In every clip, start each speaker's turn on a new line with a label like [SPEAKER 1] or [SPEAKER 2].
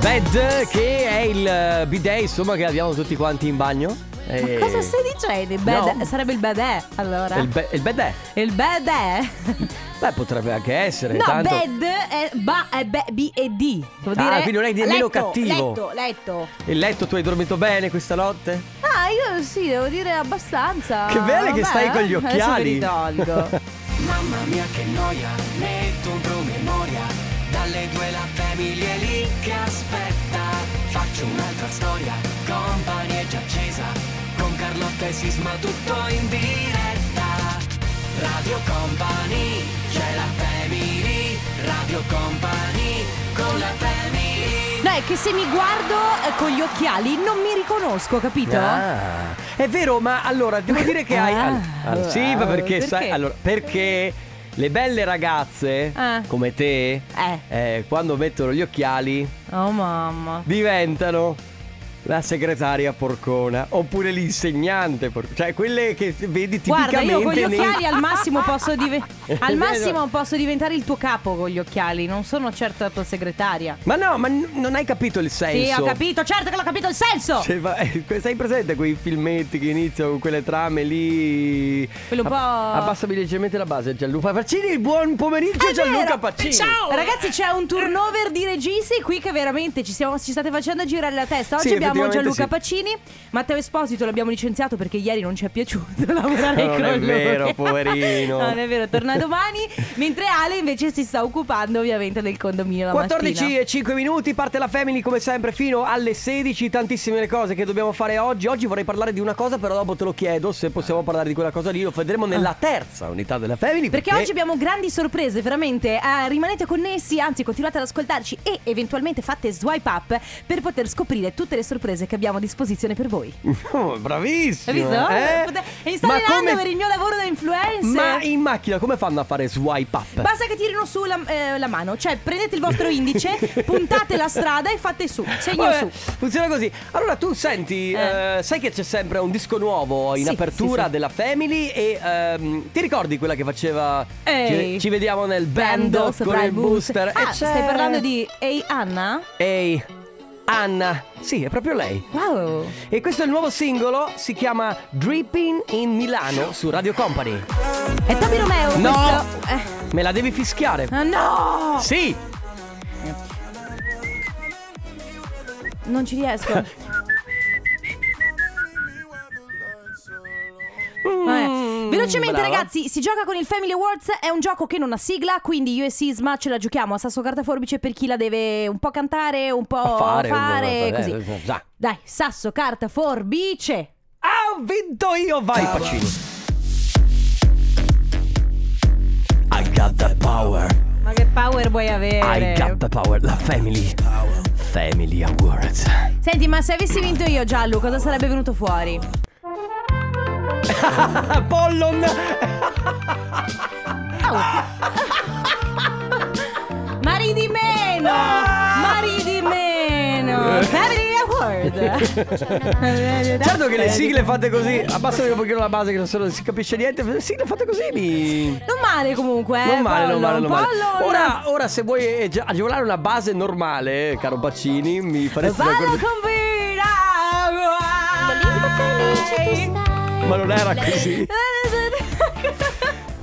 [SPEAKER 1] Bad che è il eh, bidet insomma che abbiamo tutti quanti in bagno
[SPEAKER 2] Ma cosa stai dicendo? Il bad-
[SPEAKER 1] Eh, No.
[SPEAKER 2] Sarebbe il bebè, allora?
[SPEAKER 1] Il, be- il bidet?
[SPEAKER 2] Il bebè?
[SPEAKER 1] Beh potrebbe anche essere
[SPEAKER 2] No,
[SPEAKER 1] Eh, tanto...
[SPEAKER 2] bed è, ba- è be- B-E-D. Vuol
[SPEAKER 1] Ah,
[SPEAKER 2] dire
[SPEAKER 1] quindi non è nemmeno
[SPEAKER 2] letto,
[SPEAKER 1] cattivo.
[SPEAKER 2] Letto, letto.
[SPEAKER 1] Il letto tu hai dormito bene questa notte?
[SPEAKER 2] Ah, io sì, devo dire abbastanza.
[SPEAKER 1] Che bene che
[SPEAKER 2] Vabbè, eh?
[SPEAKER 1] stai con gli occhiali.
[SPEAKER 2] Adesso me li tolgo.
[SPEAKER 3] Mamma mia che noia, metto un promemoria. Dalle due la famiglia è lì che aspetta. Faccio un'altra storia, compagnia è già accesa. Con Carlotta e Sisma tutto in diretta. Radio Company, c'è la family. Radio Company, con la family.
[SPEAKER 2] No, è che se mi guardo eh, con gli occhiali non mi riconosco, capito?
[SPEAKER 1] Ah, è vero, ma allora devo dire che hai.
[SPEAKER 2] Ah,
[SPEAKER 1] al- al- sì, ma perché,
[SPEAKER 2] perché?
[SPEAKER 1] sai. Allora, perché le belle ragazze
[SPEAKER 2] Ah.
[SPEAKER 1] come te,
[SPEAKER 2] Eh.
[SPEAKER 1] eh, quando mettono gli occhiali,
[SPEAKER 2] Oh mamma.
[SPEAKER 1] diventano la segretaria porcona oppure l'insegnante porcona. Cioè, quelle che vedi
[SPEAKER 2] Guarda,
[SPEAKER 1] tipicamente.
[SPEAKER 2] io con gli
[SPEAKER 1] nei-
[SPEAKER 2] occhiali al massimo posso dive-
[SPEAKER 1] vero.
[SPEAKER 2] al massimo posso diventare il tuo capo con gli occhiali, non sono certo la tua segretaria.
[SPEAKER 1] Ma no, ma n- non hai capito il senso.
[SPEAKER 2] Sì, ho capito, certo che l'ho capito il senso.
[SPEAKER 1] Cioè, va- sei presente quei filmetti che iniziano con quelle trame lì?
[SPEAKER 2] Quello un po'-
[SPEAKER 1] Ab- Abbassami leggermente la base, Gianluca Pacini. Buon pomeriggio,
[SPEAKER 2] È
[SPEAKER 1] Gianluca
[SPEAKER 2] vero.
[SPEAKER 1] Pacini.
[SPEAKER 2] Ragazzi, c'è un turnover di registi qui che veramente ci, siamo- ci state facendo girare la testa. Oggi
[SPEAKER 1] Sì,
[SPEAKER 2] abbiamo
[SPEAKER 1] effettivamente
[SPEAKER 2] Gianluca
[SPEAKER 1] sì.
[SPEAKER 2] Pacini, Matteo Esposito l'abbiamo licenziato perché ieri non ci è piaciuto lavorare
[SPEAKER 1] Non
[SPEAKER 2] con
[SPEAKER 1] è
[SPEAKER 2] lui.
[SPEAKER 1] vero, poverino.
[SPEAKER 2] non è vero, torna domani, mentre Ale invece si sta occupando ovviamente del condominio la
[SPEAKER 1] 14
[SPEAKER 2] mattina.
[SPEAKER 1] e 5 minuti, parte la Family come sempre fino alle 16, tantissime le cose che dobbiamo fare oggi. Oggi vorrei parlare di una cosa, però dopo te lo chiedo se possiamo
[SPEAKER 2] Ah.
[SPEAKER 1] parlare di quella cosa lì, lo vedremo nella terza unità della Family.
[SPEAKER 2] Perché oggi abbiamo grandi sorprese, veramente. Eh, rimanete connessi, anzi continuate ad ascoltarci e eventualmente fate swipe up per poter scoprire tutte le sorprese che abbiamo a disposizione per voi.
[SPEAKER 1] Oh, bravissimo.
[SPEAKER 2] Hai visto?
[SPEAKER 1] eh?
[SPEAKER 2] Pote- Mi sto
[SPEAKER 1] Ma
[SPEAKER 2] allenando
[SPEAKER 1] come-
[SPEAKER 2] per il mio lavoro da influencer.
[SPEAKER 1] Ma in macchina come fanno a fare swipe up?
[SPEAKER 2] Basta che tirino su la, eh, la mano, cioè prendete il vostro indice, puntate la strada e fate su, segno
[SPEAKER 1] Vabbè,
[SPEAKER 2] su.
[SPEAKER 1] Funziona così. Allora tu senti,
[SPEAKER 2] Eh.
[SPEAKER 1] eh, sai che c'è sempre un disco nuovo in
[SPEAKER 2] Sì,
[SPEAKER 1] apertura
[SPEAKER 2] sì, sì.
[SPEAKER 1] della Family e ehm, ti ricordi quella che faceva
[SPEAKER 2] Ehi.
[SPEAKER 1] ci, ci vediamo nel bando con il booster?
[SPEAKER 2] Ah,
[SPEAKER 1] E c'è-
[SPEAKER 2] stai parlando di Ehi Anna?
[SPEAKER 1] Ehi, Anna. Sì, è proprio lei.
[SPEAKER 2] Wow.
[SPEAKER 1] E questo è il nuovo singolo, si chiama Dripping in Milano su Radio Company.
[SPEAKER 2] È Tobi Romeo
[SPEAKER 1] No.
[SPEAKER 2] questo? Eh,
[SPEAKER 1] Me la devi fischiare.
[SPEAKER 2] ah, no!
[SPEAKER 1] Sì,
[SPEAKER 2] Non ci riesco. Eh, Velocemente
[SPEAKER 1] Mm, brava.
[SPEAKER 2] ragazzi, si gioca con il Family Awards, è un gioco che non ha sigla, quindi io e Sisma ce la giochiamo a sasso carta forbice per chi la deve un po' cantare, un po'
[SPEAKER 1] fare,
[SPEAKER 2] fare,
[SPEAKER 1] eh,
[SPEAKER 2] così.
[SPEAKER 1] eh, già.
[SPEAKER 2] Dai, sasso carta forbice.
[SPEAKER 1] Ah, ho vinto io, vai Pacini. I got the power,
[SPEAKER 2] Ma che power vuoi
[SPEAKER 1] I got
[SPEAKER 2] avere?
[SPEAKER 1] the power, la family. Family Awards.
[SPEAKER 2] Senti, ma se avessi vinto io Giallo, cosa sarebbe venuto fuori?
[SPEAKER 1] Pollon!
[SPEAKER 2] Mari di meno! Mari di meno! Family Award!
[SPEAKER 1] Certo che le sigle fatte così, abbassami un pochino la base che non, sono- si capisce niente, le sigle fatte così mi...
[SPEAKER 2] Non male comunque, eh,
[SPEAKER 1] Non male, non
[SPEAKER 2] Paolo,
[SPEAKER 1] male, non male.
[SPEAKER 2] Paolo,
[SPEAKER 1] Ora, ora se vuoi eh, già- agevolare una base normale, eh, caro Pacini, mi faresti
[SPEAKER 2] Paolo
[SPEAKER 1] Eh d'accordo.
[SPEAKER 2] con Vira!
[SPEAKER 1] Ma non era così.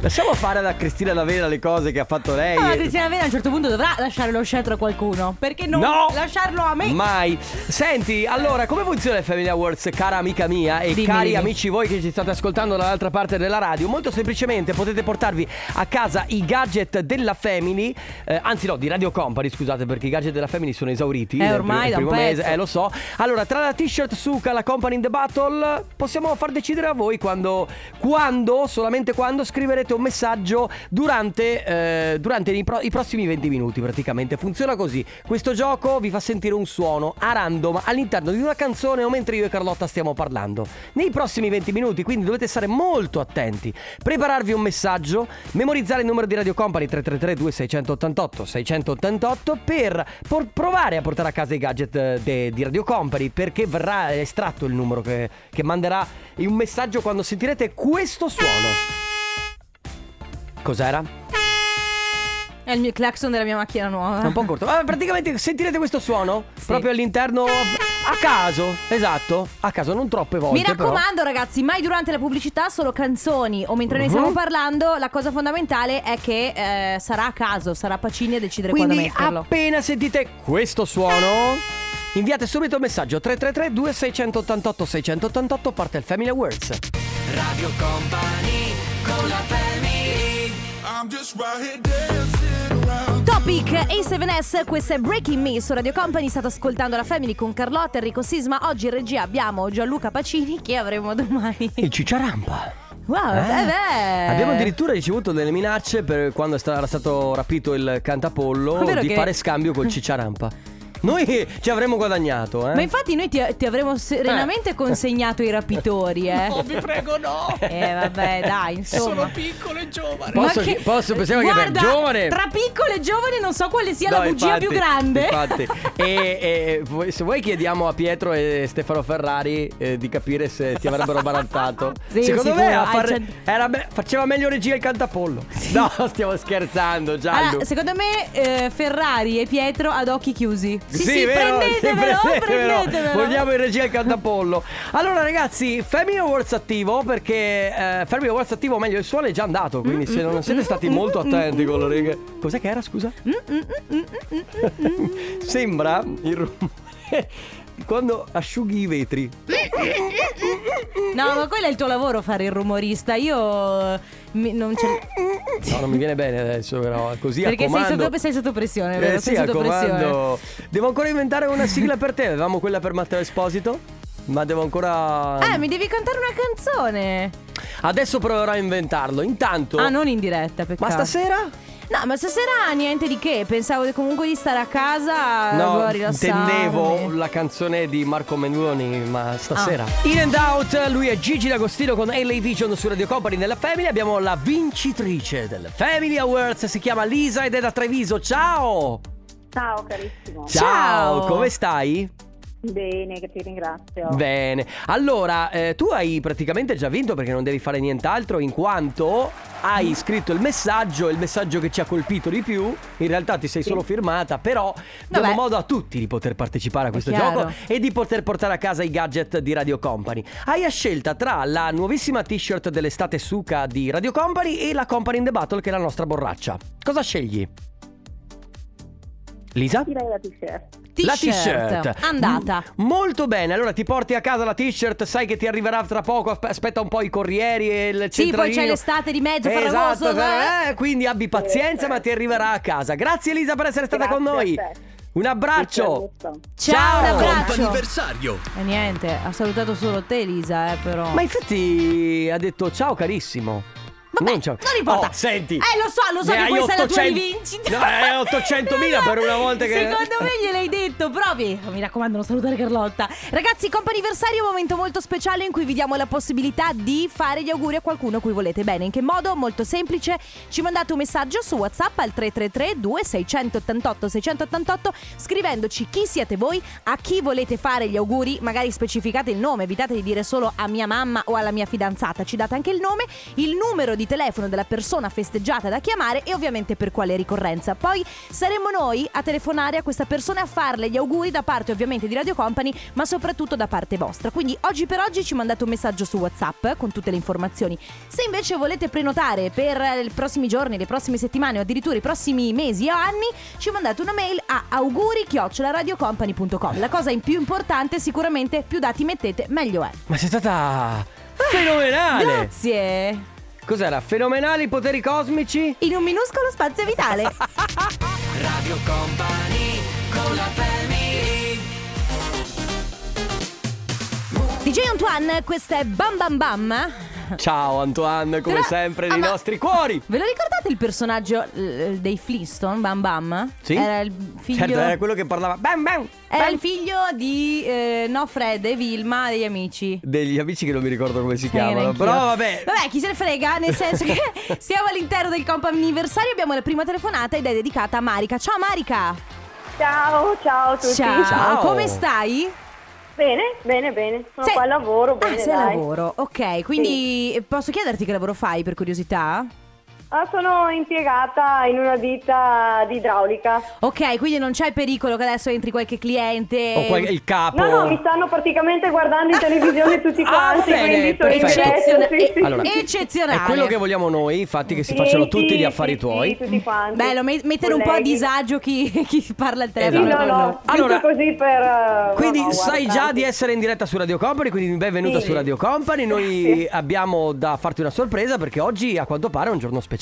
[SPEAKER 1] Lasciamo fare alla Cristina D'Avena le cose che ha fatto lei. eh.
[SPEAKER 2] Ma Cristina Vena a un certo punto dovrà lasciare lo scettro a qualcuno. Perché non
[SPEAKER 1] No!
[SPEAKER 2] lasciarlo a me?
[SPEAKER 1] Mai. Senti, allora, come funziona il Family Awards, cara amica mia e
[SPEAKER 2] Dimmi,
[SPEAKER 1] cari
[SPEAKER 2] dimmi.
[SPEAKER 1] amici voi che ci state ascoltando dall'altra parte della radio? Molto semplicemente potete portarvi a casa i gadget della Family, eh, anzi no, di Radio Company, scusate, perché i gadget della Family sono esauriti.
[SPEAKER 2] Eh,
[SPEAKER 1] nel pr-
[SPEAKER 2] ormai da un
[SPEAKER 1] primo mese,
[SPEAKER 2] pezzo.
[SPEAKER 1] eh lo so. Allora, tra la t-shirt Suca, la Company in the Battle, possiamo far decidere a voi quando, quando solamente quando scriverete un messaggio durante, eh, durante i, pro- i prossimi 20 minuti praticamente. Funziona così. Questo gioco vi fa sentire un suono a random all'interno di una canzone o mentre io e Carlotta stiamo parlando. Nei prossimi 20 minuti, quindi dovete stare molto attenti. Prepararvi un messaggio, memorizzare il numero di Radio Company 333 2688 688 per por- provare a portare a casa i gadget eh, de- di Radio Company perché verrà estratto il numero che, che manderà in un messaggio quando sentirete questo suono. Cos'era?
[SPEAKER 2] È il mio clacson della mia macchina nuova.
[SPEAKER 1] È un po' corto. Ma praticamente sentirete questo suono? Proprio all'interno. A caso, esatto. A caso, non troppe volte.
[SPEAKER 2] Mi raccomando, ragazzi, mai durante la pubblicità solo canzoni o mentre noi
[SPEAKER 1] Mhm.
[SPEAKER 2] stiamo parlando. La cosa fondamentale è che eh, sarà a caso, sarà Pacini a decidere
[SPEAKER 1] però. Quindi,
[SPEAKER 2] quando metterlo.
[SPEAKER 1] appena sentite questo suono, inviate subito un messaggio: 333-2688-688. Parte il Family Awards.
[SPEAKER 3] Radio Company con la family
[SPEAKER 4] I'm just right here dancing around.
[SPEAKER 2] Topic A7S, questo è Breaking Me su Radio Company. State ascoltando la Family con Carlotta, Enrico Sisma. Oggi in regia abbiamo Gianluca Pacini, che avremo domani.
[SPEAKER 1] Il cicciarampa.
[SPEAKER 2] Wow,
[SPEAKER 1] Eh.
[SPEAKER 2] eh beh.
[SPEAKER 1] Abbiamo addirittura ricevuto delle minacce per quando è sta- era stato rapito il
[SPEAKER 2] È
[SPEAKER 1] cantapollo
[SPEAKER 2] vero
[SPEAKER 1] di
[SPEAKER 2] che-
[SPEAKER 1] fare scambio col cicciarampa. Noi ci avremmo guadagnato, eh.
[SPEAKER 2] Ma infatti noi ti, ti avremmo serenamente consegnato i rapitori, eh.
[SPEAKER 5] Oh, vi prego, no!
[SPEAKER 2] Eh vabbè, dai, insomma.
[SPEAKER 5] Sono piccolo e giovane.
[SPEAKER 1] Posso
[SPEAKER 2] Ma
[SPEAKER 1] chi- posso- pensavo che per
[SPEAKER 2] Guarda,
[SPEAKER 1] giovane.
[SPEAKER 2] Tra piccolo e giovane non so quale sia
[SPEAKER 1] No,
[SPEAKER 2] la bugia
[SPEAKER 1] infatti,
[SPEAKER 2] più grande.
[SPEAKER 1] Infatti. e, e vuoi- se vuoi chiediamo a Pietro e Stefano Ferrari eh, di capire se ti avrebbero barattato.
[SPEAKER 2] Sì,
[SPEAKER 1] Secondo me
[SPEAKER 2] sicuro,
[SPEAKER 1] a
[SPEAKER 2] al
[SPEAKER 1] far-
[SPEAKER 2] cent-
[SPEAKER 1] era be- faceva meglio regia il cantapollo. No, stiamo scherzando, Giallo.
[SPEAKER 2] Allora, secondo me eh, Ferrari e Pietro ad occhi chiusi. Sì, sì,
[SPEAKER 1] vero?
[SPEAKER 2] prendetevelo,
[SPEAKER 1] Sì, prendetevelo.
[SPEAKER 2] prendetevelo.
[SPEAKER 1] Vogliamo in regia il cantapollo. Allora, ragazzi, Family Awards attivo perché eh, Family Awards attivo, o meglio, il suono è già andato. Quindi, se non siete stati molto attenti con le righe, cos'è che era? Scusa, sembra il rumore quando asciughi i vetri.
[SPEAKER 2] No, ma quello è il tuo lavoro fare il rumorista. Io eh, mi- non c'è
[SPEAKER 1] No, non mi viene bene adesso, però così
[SPEAKER 2] Perché
[SPEAKER 1] a
[SPEAKER 2] sei
[SPEAKER 1] comando.
[SPEAKER 2] sotto, sei sotto pressione, vero?
[SPEAKER 1] eh, sì,
[SPEAKER 2] sei
[SPEAKER 1] a
[SPEAKER 2] sotto pressione.
[SPEAKER 1] comando. Devo ancora inventare una sigla per te. Avevamo quella per Matteo Esposito, ma devo ancora.
[SPEAKER 2] Eh, mi devi cantare una canzone.
[SPEAKER 1] Adesso proverò a inventarlo. Intanto.
[SPEAKER 2] Ah, non in diretta, peccato.
[SPEAKER 1] Ma stasera?
[SPEAKER 2] No, ma stasera niente di che. Pensavo di- comunque di stare a casa. boh, a rilassarmi.
[SPEAKER 1] intendevo la canzone di Marco Mengoni, ma stasera.
[SPEAKER 2] Ah.
[SPEAKER 1] In and out, lui è Gigi D'Agostino con LA Vision su Radio Company nella Family. Abbiamo la vincitrice del Family Awards, si chiama Lisa ed è da Treviso. Ciao!
[SPEAKER 6] Ciao carissimo.
[SPEAKER 2] Ciao.
[SPEAKER 1] come stai?
[SPEAKER 6] Bene, che ti ringrazio.
[SPEAKER 1] Bene. Allora, eh, tu hai praticamente già vinto perché non devi fare nient'altro in quanto hai scritto il messaggio, il messaggio che ci ha colpito di più. In realtà ti sei solo firmata, però diamo
[SPEAKER 2] Vabbè.
[SPEAKER 1] modo a tutti di poter partecipare a questo
[SPEAKER 2] chiaro.
[SPEAKER 1] gioco e di poter portare a casa i gadget di Radio Company. Hai a scelta tra la nuovissima t-shirt dell'estate suca di Radio Company e la Company in the Battle che è la nostra borraccia. Cosa scegli? Lisa?
[SPEAKER 6] Direi la t-shirt.
[SPEAKER 1] La t-shirt
[SPEAKER 2] Andata.
[SPEAKER 1] M- molto bene, allora ti porti a casa la t-shirt, sai che ti arriverà tra poco, aspe- aspetta un po' i corrieri e il
[SPEAKER 2] Sì,
[SPEAKER 1] centralino.
[SPEAKER 2] poi c'è l'estate di mezzo,
[SPEAKER 1] Esatto,
[SPEAKER 2] farragoso,
[SPEAKER 1] eh, quindi abbi pazienza, ma ti arriverà a casa. Grazie Elisa per essere stata con noi. Un abbraccio.
[SPEAKER 2] Ciao, un abbraccio.
[SPEAKER 1] anniversario.
[SPEAKER 2] E niente, ha salutato solo te, Elisa, eh, però.
[SPEAKER 1] Ma infatti ha detto ciao carissimo.
[SPEAKER 2] Vabbè,
[SPEAKER 1] ciao.
[SPEAKER 2] non importa.
[SPEAKER 1] Oh, senti.
[SPEAKER 2] Eh, lo so, lo so
[SPEAKER 1] ne
[SPEAKER 2] che
[SPEAKER 1] hai
[SPEAKER 2] questa è la tua
[SPEAKER 1] 800
[SPEAKER 2] rivincita.
[SPEAKER 1] No, è 800.000 per una volta che
[SPEAKER 2] Secondo me gliel'hai detto, provi. Mi raccomando, non salutare Carlotta. Ragazzi, comp'anniversario è un momento molto speciale in cui vi diamo la possibilità di fare gli auguri a qualcuno a cui volete bene. In che modo? Molto semplice. Ci mandate un messaggio su WhatsApp al 333 2688 688 scrivendoci chi siete voi, a chi volete fare gli auguri, magari specificate il nome, evitate di dire solo a mia mamma o alla mia fidanzata, ci date anche il nome il numero di telefono della persona festeggiata da chiamare e ovviamente per quale ricorrenza. Poi saremo noi a telefonare a questa persona e a farle gli auguri da parte ovviamente di Radio Company, ma soprattutto da parte vostra. Quindi oggi per oggi ci mandate un messaggio su WhatsApp eh, con tutte le informazioni. Se invece volete prenotare per eh, i prossimi giorni, le prossime settimane o addirittura i prossimi mesi o anni, ci mandate una mail a auguri@radiocompany.com. La cosa in più importante sicuramente più dati mettete meglio è.
[SPEAKER 1] Ma sei stata fenomenale.
[SPEAKER 2] Grazie.
[SPEAKER 1] Cos'era? Fenomenali poteri cosmici?
[SPEAKER 2] In un minuscolo spazio vitale.
[SPEAKER 3] Radio Company con la family
[SPEAKER 2] DJ Antoine, questa è Bam Bam Bam.
[SPEAKER 1] Ciao Antoine, come
[SPEAKER 2] Però-
[SPEAKER 1] sempre
[SPEAKER 2] ah,
[SPEAKER 1] nei
[SPEAKER 2] ma-
[SPEAKER 1] nostri cuori.
[SPEAKER 2] Ve lo ricordate il personaggio eh, dei Flintstone, Bam Bam?
[SPEAKER 1] Sì.
[SPEAKER 2] Era il figlio,
[SPEAKER 1] Certo, era quello che parlava bam bam,
[SPEAKER 2] era
[SPEAKER 1] bam.
[SPEAKER 2] il figlio di eh, No Fred e Vilma degli amici.
[SPEAKER 1] degli amici che non mi ricordo come si
[SPEAKER 2] Eh,
[SPEAKER 1] chiamano,
[SPEAKER 2] neanch'io.
[SPEAKER 1] però vabbè.
[SPEAKER 2] Vabbè, chi se ne frega, nel senso che siamo all'interno del comp anniversario, abbiamo la prima telefonata ed è dedicata a Marica. Ciao Marica!
[SPEAKER 6] Ciao, ciao a tutti.
[SPEAKER 2] Ciao,
[SPEAKER 1] Ciao.
[SPEAKER 2] come stai?
[SPEAKER 6] Bene, bene, bene. Sono
[SPEAKER 2] Sei-
[SPEAKER 6] qua al lavoro,
[SPEAKER 2] ah,
[SPEAKER 6] bene,
[SPEAKER 2] sei al
[SPEAKER 6] dai.
[SPEAKER 2] lavoro, ok, quindi eh, posso chiederti che lavoro fai per curiosità?
[SPEAKER 6] Ah, sono impiegata in una ditta di idraulica.
[SPEAKER 2] Ok, quindi non c'è il pericolo che adesso entri qualche cliente.
[SPEAKER 1] O qual- il capo.
[SPEAKER 6] eh, No, no, mi stanno praticamente guardando in televisione tutti
[SPEAKER 1] Ah,
[SPEAKER 6] quanti,
[SPEAKER 1] va bene,
[SPEAKER 6] quindi sono in
[SPEAKER 1] perfetto.
[SPEAKER 6] diretta, sì, sì,
[SPEAKER 1] Allora,
[SPEAKER 6] sì.
[SPEAKER 2] Eccezionale.
[SPEAKER 1] È quello che vogliamo noi, infatti, che si
[SPEAKER 6] Clienti,
[SPEAKER 1] facciano tutti gli affari
[SPEAKER 6] sì,
[SPEAKER 1] tuoi.
[SPEAKER 6] Sì, tutti quanti.
[SPEAKER 2] Bello, me- mettere un po' a
[SPEAKER 6] Colleghi.
[SPEAKER 2] disagio chi, chi parla al
[SPEAKER 6] Sì,
[SPEAKER 2] telefono.
[SPEAKER 1] Esatto.
[SPEAKER 6] no, no,
[SPEAKER 1] Allora,
[SPEAKER 6] allora, così per... eh, no,
[SPEAKER 1] Quindi
[SPEAKER 6] no,
[SPEAKER 1] sai
[SPEAKER 6] guarda,
[SPEAKER 1] già di essere in diretta su Radio Company, quindi benvenuta
[SPEAKER 6] Sì.
[SPEAKER 1] su Radio Company. Noi abbiamo da farti una sorpresa perché oggi a quanto pare è un giorno speciale.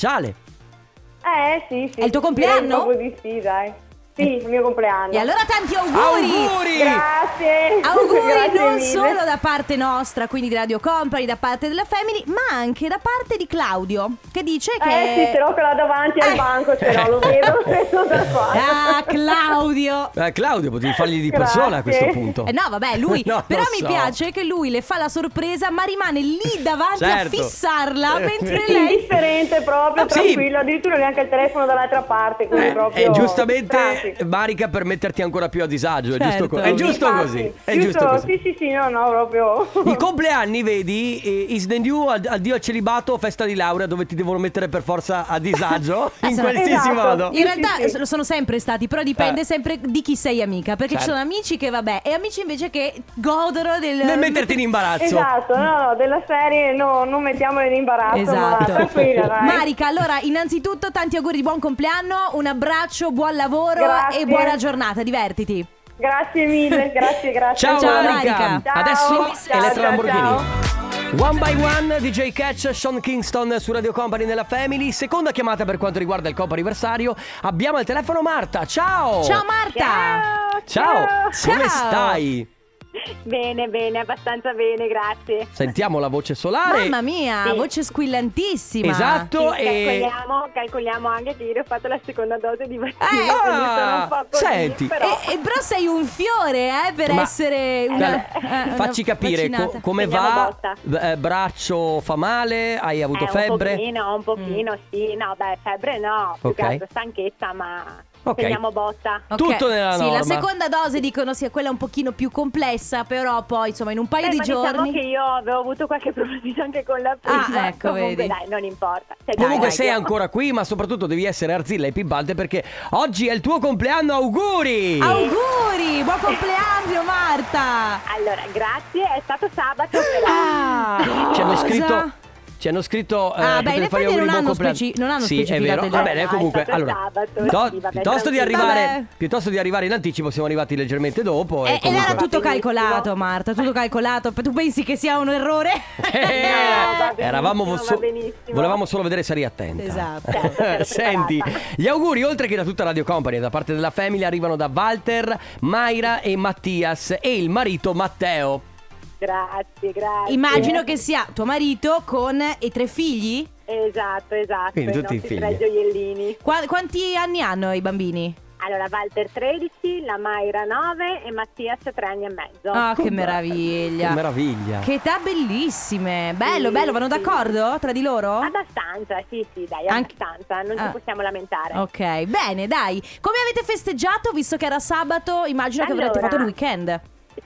[SPEAKER 6] Eh, sì, sì.
[SPEAKER 2] È il tuo compleanno? Eh.
[SPEAKER 6] Direi proprio di sì, dai. Sì, il mio compleanno.
[SPEAKER 2] E allora tanti auguri!
[SPEAKER 1] Auguri!
[SPEAKER 6] Grazie.
[SPEAKER 2] Auguri
[SPEAKER 6] Grazie
[SPEAKER 2] non
[SPEAKER 6] mille.
[SPEAKER 2] solo da parte nostra, quindi di Radio Company, da parte della Family, ma anche da parte di Claudio, che dice che...
[SPEAKER 6] Eh sì, ce l'ho qua davanti al
[SPEAKER 2] Eh.
[SPEAKER 6] banco, ce l'ho, lo vedo, vedo da qua.
[SPEAKER 2] Ah, Claudio!
[SPEAKER 1] Eh, Claudio, potevi fargli di
[SPEAKER 6] Grazie.
[SPEAKER 1] persona a questo punto.
[SPEAKER 2] Eh no, vabbè, lui.
[SPEAKER 1] No, lo
[SPEAKER 2] però mi
[SPEAKER 1] so. Eh,
[SPEAKER 2] piace che lui le fa la sorpresa, ma rimane lì davanti
[SPEAKER 1] Certo.
[SPEAKER 2] a fissarla mentre
[SPEAKER 6] Sì,
[SPEAKER 2] lei.
[SPEAKER 6] indifferente proprio,
[SPEAKER 1] Ah, sì.
[SPEAKER 6] tranquillo, addirittura neanche il telefono dall'altra parte, quindi
[SPEAKER 1] Eh,
[SPEAKER 6] proprio...
[SPEAKER 1] e giustamente
[SPEAKER 6] Grazie.
[SPEAKER 1] Marica per metterti ancora più a disagio, è
[SPEAKER 2] Certo.
[SPEAKER 1] giusto, co- è giusto
[SPEAKER 6] Infatti,
[SPEAKER 1] così. È giusto così.
[SPEAKER 6] Sì, sì, sì, no, no, proprio...
[SPEAKER 1] I compleanni, vedi, eh, is the new ad- addio al celibato, festa di laurea, dove ti devono mettere per forza a disagio in
[SPEAKER 2] sono-
[SPEAKER 1] qualsiasi
[SPEAKER 6] Esatto.
[SPEAKER 1] modo.
[SPEAKER 2] In realtà
[SPEAKER 6] Sì, sì.
[SPEAKER 2] lo sono sempre stati, però dipende
[SPEAKER 1] Eh.
[SPEAKER 2] sempre di chi sei amica, perché ci
[SPEAKER 1] Certo.
[SPEAKER 2] sono amici che vabbè, e amici invece che godono del...
[SPEAKER 1] Nel metterti in imbarazzo.
[SPEAKER 6] Esatto, no, no, della serie no, non mettiamole in imbarazzo, ma
[SPEAKER 2] Esatto.
[SPEAKER 6] tranquilla, dai.
[SPEAKER 2] Marica, allora innanzitutto tanti auguri di buon compleanno, un abbraccio, buon lavoro
[SPEAKER 6] Grazie.
[SPEAKER 2] e buona giornata, divertiti.
[SPEAKER 6] Grazie mille, grazie, grazie.
[SPEAKER 1] Ciao,
[SPEAKER 2] Ciao,
[SPEAKER 1] Marica.
[SPEAKER 2] Marica.
[SPEAKER 1] Adesso
[SPEAKER 6] Ciao,
[SPEAKER 1] Elettra
[SPEAKER 6] ciao,
[SPEAKER 1] Lamborghini.
[SPEAKER 6] ciao.
[SPEAKER 1] One by one, DJ Catch, Sean Kingston su Radio Company nella Family. Seconda chiamata per quanto riguarda il Coppa anniversario. Abbiamo al telefono Marta. Ciao!
[SPEAKER 2] Ciao Marta!
[SPEAKER 6] Ciao,
[SPEAKER 1] Ciao! Come
[SPEAKER 2] Ciao.
[SPEAKER 1] stai?
[SPEAKER 6] Bene, bene, abbastanza bene, grazie.
[SPEAKER 1] Sentiamo la voce solare.
[SPEAKER 2] Mamma ecco, mia,
[SPEAKER 6] Sì.
[SPEAKER 2] voce squillantissima.
[SPEAKER 1] Esatto,
[SPEAKER 6] Sì,
[SPEAKER 1] e
[SPEAKER 6] calcoliamo, calcoliamo anche che ieri ho fatto la seconda dose di vaccino,
[SPEAKER 2] Eh,
[SPEAKER 6] quindi sono un po' così,
[SPEAKER 1] oh, senti. eh,
[SPEAKER 6] però...
[SPEAKER 2] E, e però sei un fiore, eh, per
[SPEAKER 1] Ma-
[SPEAKER 2] essere una,
[SPEAKER 1] Dalla-
[SPEAKER 2] eh, una
[SPEAKER 1] facci capire co-
[SPEAKER 2] vaccinata.
[SPEAKER 1] come
[SPEAKER 6] Prendiamo
[SPEAKER 1] va.
[SPEAKER 6] botta.
[SPEAKER 1] B- eh, braccio fa male? Hai avuto
[SPEAKER 6] Eh,
[SPEAKER 1] febbre? Mm.
[SPEAKER 6] Un pochino, un pochino, sì. No, beh, febbre no, più
[SPEAKER 1] Ok.
[SPEAKER 6] che altro stanchezza, ma
[SPEAKER 1] Ok.
[SPEAKER 6] teniamo botta.
[SPEAKER 2] Ok,
[SPEAKER 1] Tutto nella
[SPEAKER 2] sì,
[SPEAKER 1] norma.
[SPEAKER 2] la seconda dose dicono sia quella un pochino più complessa, però poi insomma in un paio
[SPEAKER 6] Beh,
[SPEAKER 2] di
[SPEAKER 6] ma
[SPEAKER 2] giorni...
[SPEAKER 6] diciamo che io avevo avuto qualche problemino anche con la prima.
[SPEAKER 2] Ah, ecco,
[SPEAKER 6] Comunque,
[SPEAKER 2] vedi.
[SPEAKER 6] dai, non importa. Cioè, dai,
[SPEAKER 1] Comunque
[SPEAKER 6] dai,
[SPEAKER 1] sei
[SPEAKER 6] io-
[SPEAKER 1] ancora qui, ma soprattutto devi essere arzilla e pimpante perché oggi è il tuo compleanno, auguri!
[SPEAKER 2] Auguri, buon compleanno Marta!
[SPEAKER 6] Allora, grazie, è stato sabato, però...
[SPEAKER 2] Ah,
[SPEAKER 1] Ci hanno
[SPEAKER 2] cosa?
[SPEAKER 1] scritto ci hanno scritto eh,
[SPEAKER 2] Ah,
[SPEAKER 1] che te
[SPEAKER 2] beh, in
[SPEAKER 1] fai
[SPEAKER 2] effetti
[SPEAKER 1] auguri,
[SPEAKER 2] non
[SPEAKER 1] buon
[SPEAKER 2] hanno
[SPEAKER 1] compleanno.
[SPEAKER 2] speci- non hanno
[SPEAKER 1] Sì, è
[SPEAKER 2] specificato
[SPEAKER 1] vero.
[SPEAKER 2] il
[SPEAKER 1] Va
[SPEAKER 2] giorno.
[SPEAKER 1] bene,
[SPEAKER 6] Dai,
[SPEAKER 1] comunque,
[SPEAKER 6] dai,
[SPEAKER 1] allora,
[SPEAKER 6] sabato,
[SPEAKER 1] to-
[SPEAKER 6] sì, vabbè,
[SPEAKER 1] piuttosto di
[SPEAKER 6] tranquillo.
[SPEAKER 1] arrivare
[SPEAKER 2] Vabbè.
[SPEAKER 1] piuttosto di arrivare in anticipo, siamo arrivati leggermente dopo e,
[SPEAKER 2] Eh, ed
[SPEAKER 1] Oh,
[SPEAKER 2] era
[SPEAKER 1] comunque-
[SPEAKER 2] tutto
[SPEAKER 6] Va benissimo.
[SPEAKER 2] calcolato Marta, tutto calcolato. Tu pensi che sia un errore?
[SPEAKER 1] Eh,
[SPEAKER 6] va benissimo,
[SPEAKER 1] eravamo
[SPEAKER 6] va
[SPEAKER 1] so-
[SPEAKER 6] benissimo.
[SPEAKER 1] volevamo solo vedere se eri attenta.
[SPEAKER 2] Esatto.
[SPEAKER 6] Certo, ero
[SPEAKER 1] Senti, gli auguri oltre che da tutta Radio Company da parte della famiglia arrivano da Walter, Mayra e Mattias e il marito Matteo.
[SPEAKER 6] Grazie, grazie.
[SPEAKER 2] Immagino che sia tuo marito con i tre figli?
[SPEAKER 6] Esatto, esatto.
[SPEAKER 1] Quindi
[SPEAKER 6] i
[SPEAKER 1] tutti
[SPEAKER 6] nostri
[SPEAKER 1] figli.
[SPEAKER 6] tre gioiellini.
[SPEAKER 2] Qua- quanti anni hanno i bambini?
[SPEAKER 6] Allora, Walter 13, la Mayra 9 e Mattias 3 anni e mezzo.
[SPEAKER 2] Ah, che
[SPEAKER 1] Che
[SPEAKER 2] meraviglia!
[SPEAKER 1] meraviglia.
[SPEAKER 2] Che età bellissime! Bello,
[SPEAKER 6] Sì,
[SPEAKER 2] bello, vanno
[SPEAKER 6] sì.
[SPEAKER 2] d'accordo tra di loro?
[SPEAKER 6] Abbastanza, sì, sì, dai,
[SPEAKER 2] Anche-
[SPEAKER 6] abbastanza, non
[SPEAKER 2] Ah.
[SPEAKER 6] ci possiamo lamentare.
[SPEAKER 2] Ok, bene, dai. Come avete festeggiato visto che era sabato? Immagino che avrete
[SPEAKER 6] Allora.
[SPEAKER 2] fatto il weekend. Ah!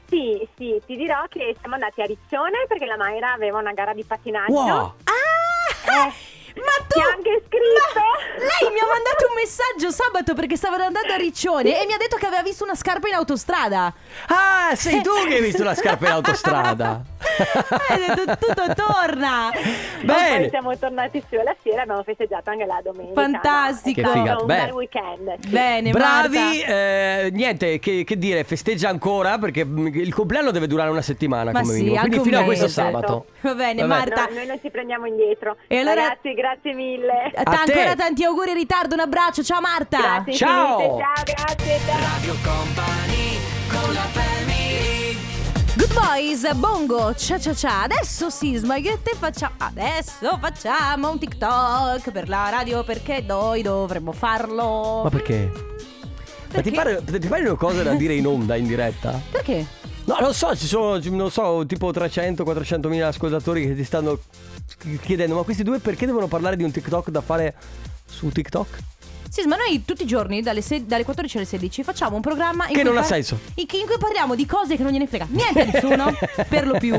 [SPEAKER 6] Sì, sì, ti dirò che siamo andati a Riccione perché la Mayra aveva una gara di patinaggio.
[SPEAKER 1] Wow.
[SPEAKER 2] Ah! Ma tu
[SPEAKER 6] Eh, Ti ho anche scritto.
[SPEAKER 2] Ma lei mi ha mandato un messaggio sabato perché stavo andando a Riccione e mi ha detto che aveva visto una scarpa in autostrada.
[SPEAKER 1] Ah, sei tu che hai visto la scarpa in autostrada.
[SPEAKER 2] Eh, ho detto, tutto torna.
[SPEAKER 6] E
[SPEAKER 1] Bene.
[SPEAKER 6] Poi siamo tornati su e la sera abbiamo festeggiato anche la domenica.
[SPEAKER 2] Fantastico.
[SPEAKER 6] No, è
[SPEAKER 1] Che figata,
[SPEAKER 6] stato un
[SPEAKER 1] beh.
[SPEAKER 6] bel weekend. sì.
[SPEAKER 2] Bene,
[SPEAKER 1] Bravi,
[SPEAKER 2] Marta.
[SPEAKER 1] eh, niente, che, che dire, festeggia ancora perché mm, il compleanno deve durare una settimana
[SPEAKER 2] Ma
[SPEAKER 1] come
[SPEAKER 2] sì,
[SPEAKER 1] minimo, quindi
[SPEAKER 2] anche
[SPEAKER 1] fino
[SPEAKER 2] un
[SPEAKER 1] a questo
[SPEAKER 2] mese.
[SPEAKER 1] sabato.
[SPEAKER 2] Va
[SPEAKER 1] Va
[SPEAKER 2] bene,
[SPEAKER 1] bene.
[SPEAKER 6] No,
[SPEAKER 2] Marta.
[SPEAKER 6] noi non ci prendiamo indietro.
[SPEAKER 2] E allora-
[SPEAKER 6] Ragazzi, grazie mille.
[SPEAKER 2] T-
[SPEAKER 1] A te.
[SPEAKER 2] ancora tanti auguri in ritardo, un abbraccio, ciao Marta.
[SPEAKER 6] Grazie
[SPEAKER 1] Ciao.
[SPEAKER 6] infinite, ciao, grazie, ciao.
[SPEAKER 2] Good boys, bongo, cia cia cia. Adesso Sisma, che te facciamo? Adesso facciamo un TikTok per la radio perché noi dovremmo farlo.
[SPEAKER 1] Ma perché? Ma ti pare,
[SPEAKER 2] Perché?
[SPEAKER 1] ti pare una cosa da dire in onda, in diretta?
[SPEAKER 2] Perché?
[SPEAKER 1] No, non so, ci sono, ci- non so, tipo 300-400 mila ascoltatori che ti stanno chiedendo, ma questi due perché devono parlare di un TikTok da fare su TikTok?
[SPEAKER 2] Sì, ma noi tutti i giorni, dalle, se- dalle 14 alle 16, facciamo un programma in
[SPEAKER 1] Che
[SPEAKER 2] cui
[SPEAKER 1] non ha senso.
[SPEAKER 2] In, in cui parliamo di cose che non gliene frega niente a nessuno, per lo più.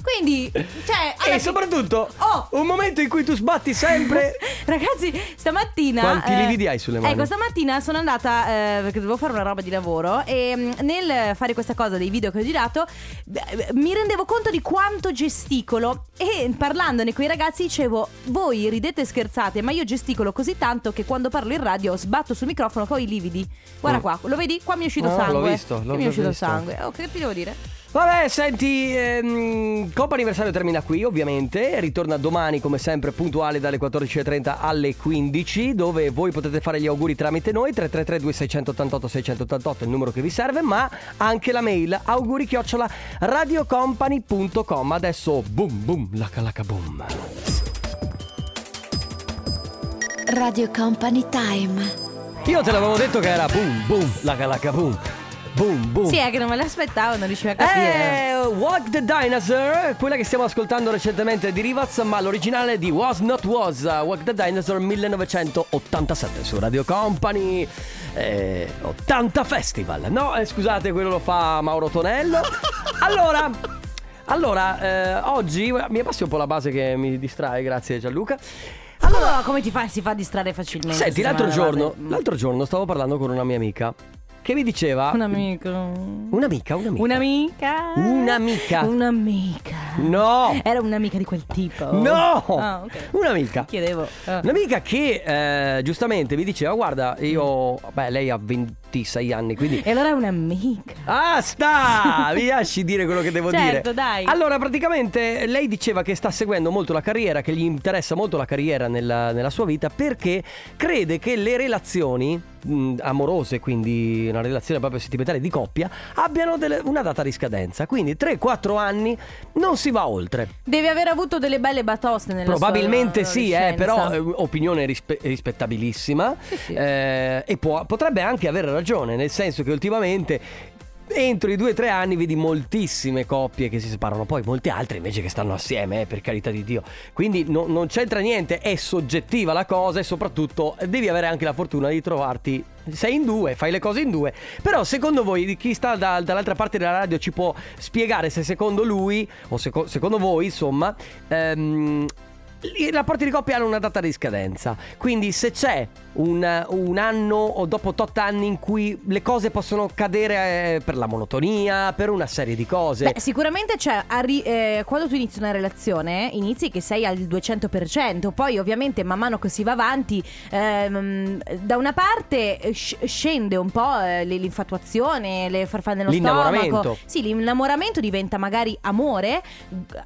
[SPEAKER 2] Quindi, cioè. alla
[SPEAKER 1] E
[SPEAKER 2] fi-
[SPEAKER 1] soprattutto
[SPEAKER 2] Oh!
[SPEAKER 1] un momento in cui tu sbatti sempre
[SPEAKER 2] Ragazzi, stamattina.
[SPEAKER 1] Quanti lividi hai sulle mani?
[SPEAKER 2] Ecco, stamattina sono andata eh, perché dovevo fare una roba di lavoro. E mm, nel fare questa cosa dei video che ho girato, beh, eh, mi rendevo conto di quanto gesticolo. E parlandone con i ragazzi dicevo: Voi ridete e scherzate, ma io gesticolo così tanto che quando parlo in radio sbatto sul microfono che ho i lividi. Guarda
[SPEAKER 1] Mm.
[SPEAKER 2] qua, lo vedi? Qua mi è uscito
[SPEAKER 1] No, l'ho
[SPEAKER 2] sangue.
[SPEAKER 1] visto, l'ho-
[SPEAKER 2] Qui mi è
[SPEAKER 1] l'ho
[SPEAKER 2] uscito
[SPEAKER 1] visto.
[SPEAKER 2] sangue. Oh, che ti devo dire?
[SPEAKER 1] Vabbè, senti, ehm, Coppa Anniversario termina qui ovviamente, ritorna domani come sempre puntuale dalle 14.30 alle 15, dove voi potete fare gli auguri tramite noi, 333-2688-688 è il numero che vi serve, ma anche la mail, auguri chiocciola radiocompany.com, adesso boom boom, laca laca boom.
[SPEAKER 7] Radio Company Time.
[SPEAKER 1] Io te l'avevo detto che era boom boom, laca laca boom, boom boom.
[SPEAKER 2] Sì, è che non me l'aspettavo, non riuscivo a capire.
[SPEAKER 1] Uh. Eh, Walk the Dinosaur, quella che stiamo ascoltando recentemente di Rivaz, ma l'originale di Was Not Was, Walk the Dinosaur 1987 su Radio Company, eh, 80 Festival. No, eh, scusate, quello lo fa Mauro Tonello. Allora, allora eh, oggi mi abbassi un po' la base che mi distrae, grazie Gianluca.
[SPEAKER 2] Allora, come ti fa? Si fa distrarre facilmente.
[SPEAKER 1] Senti,
[SPEAKER 2] insomma,
[SPEAKER 1] l'altro
[SPEAKER 2] vabbè.
[SPEAKER 1] giorno, l'altro giorno stavo parlando con una mia amica che mi diceva...
[SPEAKER 2] Un amico.
[SPEAKER 1] Un'amica, un'amica.
[SPEAKER 2] Ah, Un'amica. Mm.
[SPEAKER 1] Un'amica.
[SPEAKER 2] Un'amica.
[SPEAKER 1] No!
[SPEAKER 2] Era un'amica di quel tipo.
[SPEAKER 1] No!
[SPEAKER 2] Ah, ok.
[SPEAKER 1] Un'amica.
[SPEAKER 2] Chiedevo. Ah.
[SPEAKER 1] Un'amica che eh, giustamente mi diceva, guarda, io... Beh, lei ha 26 anni, quindi...
[SPEAKER 2] E allora è un'amica.
[SPEAKER 1] Ah, sta! Mi lasci dire quello che devo
[SPEAKER 2] Certo,
[SPEAKER 1] dire.
[SPEAKER 2] dai.
[SPEAKER 1] Allora, praticamente lei diceva che sta seguendo molto la carriera, che gli interessa molto la carriera nella, nella sua vita perché crede che le relazioni mh, amorose, quindi una relazione proprio sentimentale di coppia, abbiano delle- una data di scadenza. Quindi 3-4 anni non si va oltre.
[SPEAKER 2] Deve aver avuto delle belle batoste nella
[SPEAKER 1] Probabilmente
[SPEAKER 2] sua
[SPEAKER 1] sì, eh, però eh,
[SPEAKER 2] adolescenza.
[SPEAKER 1] opinione rispe- rispettabilissima
[SPEAKER 2] sì.
[SPEAKER 1] Eh, e può- potrebbe anche avere ragione, nel senso che ultimamente entro i due o tre anni vedi moltissime coppie che si separano, poi molte altre invece che stanno assieme, eh, per carità di Dio. Quindi no- non c'entra niente, è soggettiva la cosa e soprattutto devi avere anche la fortuna di trovarti. Sei in due, fai le cose in due. Però secondo voi chi sta da- dall'altra parte della radio ci può spiegare se secondo lui, o seco- secondo voi insomma, ehm, i rapporti di coppia hanno una data di scadenza, quindi se c'è un, un anno o dopo tot anni in cui le cose possono cadere eh, per la monotonia, per una serie di cose.
[SPEAKER 2] Beh, sicuramente c'è arri- eh, quando tu inizi una relazione, inizi che sei al 200%, poi ovviamente man mano che si va avanti, ehm, da una parte eh, sc- scende un po' eh, le- l'infatuazione, le farfalle nello
[SPEAKER 1] L'innamoramento.
[SPEAKER 2] stomaco. Sì, l'innamoramento diventa magari amore,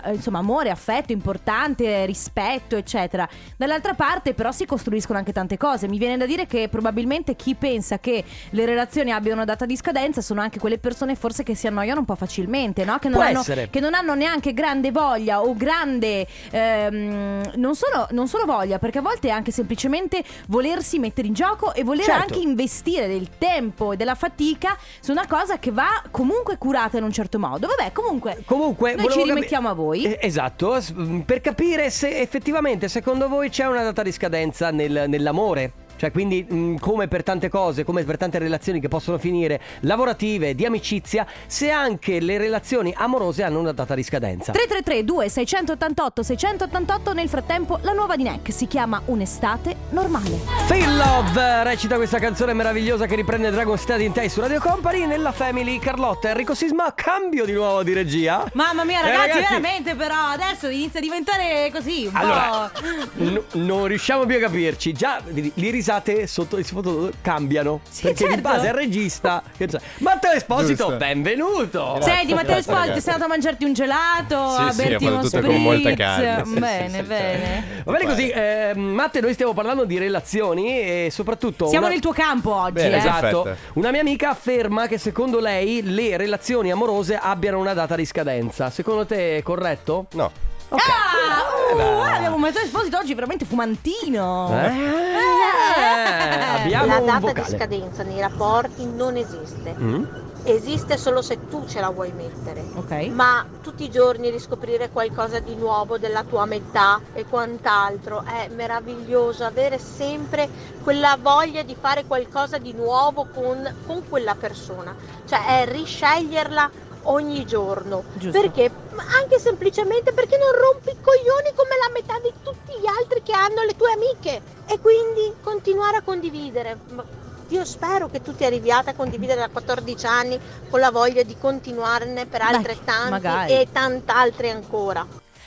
[SPEAKER 2] eh, insomma amore, affetto importante, rispetto, eccetera. Dall'altra parte però si costruiscono anche tante cose. Mi viene da dire che probabilmente chi pensa che le relazioni abbiano una data di scadenza sono anche quelle persone forse che si annoiano un po' facilmente, no? Che non,
[SPEAKER 1] Può
[SPEAKER 2] hanno,
[SPEAKER 1] essere.
[SPEAKER 2] che non hanno neanche grande voglia o grande... ehm, non, solo, non solo voglia, perché a volte è anche semplicemente volersi mettere in gioco e voler
[SPEAKER 1] Certo.
[SPEAKER 2] anche investire del tempo e della fatica su una cosa che va comunque curata in un certo modo. Vabbè, comunque...
[SPEAKER 1] Comunque,
[SPEAKER 2] Noi
[SPEAKER 1] volevo
[SPEAKER 2] ci
[SPEAKER 1] capi-
[SPEAKER 2] rimettiamo a voi.
[SPEAKER 1] Eh, Esatto, s- mm, per capire se effettivamente secondo voi c'è una data di scadenza nel- nell'amore. Cioè, quindi, mm, come per tante cose, come per tante relazioni che possono finire lavorative, di amicizia, se anche le relazioni amorose hanno una data di scadenza.
[SPEAKER 2] 333 2688 688 nel frattempo la nuova di NEC si chiama Un'estate normale.
[SPEAKER 1] Feel Love recita questa canzone meravigliosa che riprende Dragon State in Tay su Radio Company nella Family Carlotta Enrico Sisma cambio di nuovo di regia
[SPEAKER 2] Mamma mia
[SPEAKER 1] Eh,
[SPEAKER 2] ragazzi, veramente però adesso inizia a diventare così un
[SPEAKER 1] allora
[SPEAKER 2] po'...
[SPEAKER 1] n- non riusciamo più a capirci già vedi, le risate sotto il sotto cambiano
[SPEAKER 2] Sì,
[SPEAKER 1] perché di
[SPEAKER 2] certo.
[SPEAKER 1] base al regista che c'è. Matteo Esposito
[SPEAKER 8] Giusto.
[SPEAKER 1] benvenuto
[SPEAKER 2] Senti Matteo
[SPEAKER 8] grazie,
[SPEAKER 2] Spogli, sei
[SPEAKER 8] ragazzi.
[SPEAKER 2] andato a mangiarti un gelato,
[SPEAKER 8] Sì,
[SPEAKER 2] a
[SPEAKER 8] sì,
[SPEAKER 2] berti
[SPEAKER 8] ho
[SPEAKER 2] uno
[SPEAKER 8] fatto tutto
[SPEAKER 2] spritz.
[SPEAKER 8] con molta calma, sì, sì,
[SPEAKER 2] bene,
[SPEAKER 8] sì, sì.
[SPEAKER 2] bene.
[SPEAKER 1] Va bene così, eh, Matte, noi stiamo parlando di relazioni e soprattutto...
[SPEAKER 2] Siamo
[SPEAKER 1] una-
[SPEAKER 2] nel tuo campo oggi,
[SPEAKER 8] Bene,
[SPEAKER 2] eh.
[SPEAKER 8] esatto.
[SPEAKER 1] Esatto.
[SPEAKER 8] Perfetto.
[SPEAKER 1] Una mia amica afferma che secondo lei le relazioni amorose abbiano una data di scadenza. Secondo te è corretto?
[SPEAKER 8] No.
[SPEAKER 1] Ok.
[SPEAKER 2] Ah, uh,
[SPEAKER 1] Eh,
[SPEAKER 2] abbiamo un Matteo Esposito oggi veramente fumantino.
[SPEAKER 1] Eh,
[SPEAKER 2] Eh.
[SPEAKER 1] abbiamo
[SPEAKER 9] La
[SPEAKER 1] Eh, un
[SPEAKER 9] data
[SPEAKER 1] vocale.
[SPEAKER 9] di scadenza nei rapporti non esiste.
[SPEAKER 1] Mm?
[SPEAKER 8] esiste solo se tu ce la vuoi mettere.
[SPEAKER 2] Ok.
[SPEAKER 8] Ma tutti i giorni riscoprire qualcosa di nuovo della tua metà e quant'altro è meraviglioso, avere sempre quella voglia di fare qualcosa di nuovo con, con quella persona, cioè è risceglierla ogni giorno.
[SPEAKER 2] Giusto.
[SPEAKER 8] Perché? Ma Anche semplicemente perché non rompi i coglioni come la metà di tutti gli altri che hanno le tue amiche e quindi continuare a condividere. Ma Io spero che tu ti arriviate a condividere da 14 anni con la voglia di continuarne per
[SPEAKER 2] Dai,
[SPEAKER 8] altrettanti
[SPEAKER 2] magari.
[SPEAKER 8] e tant'altri ancora.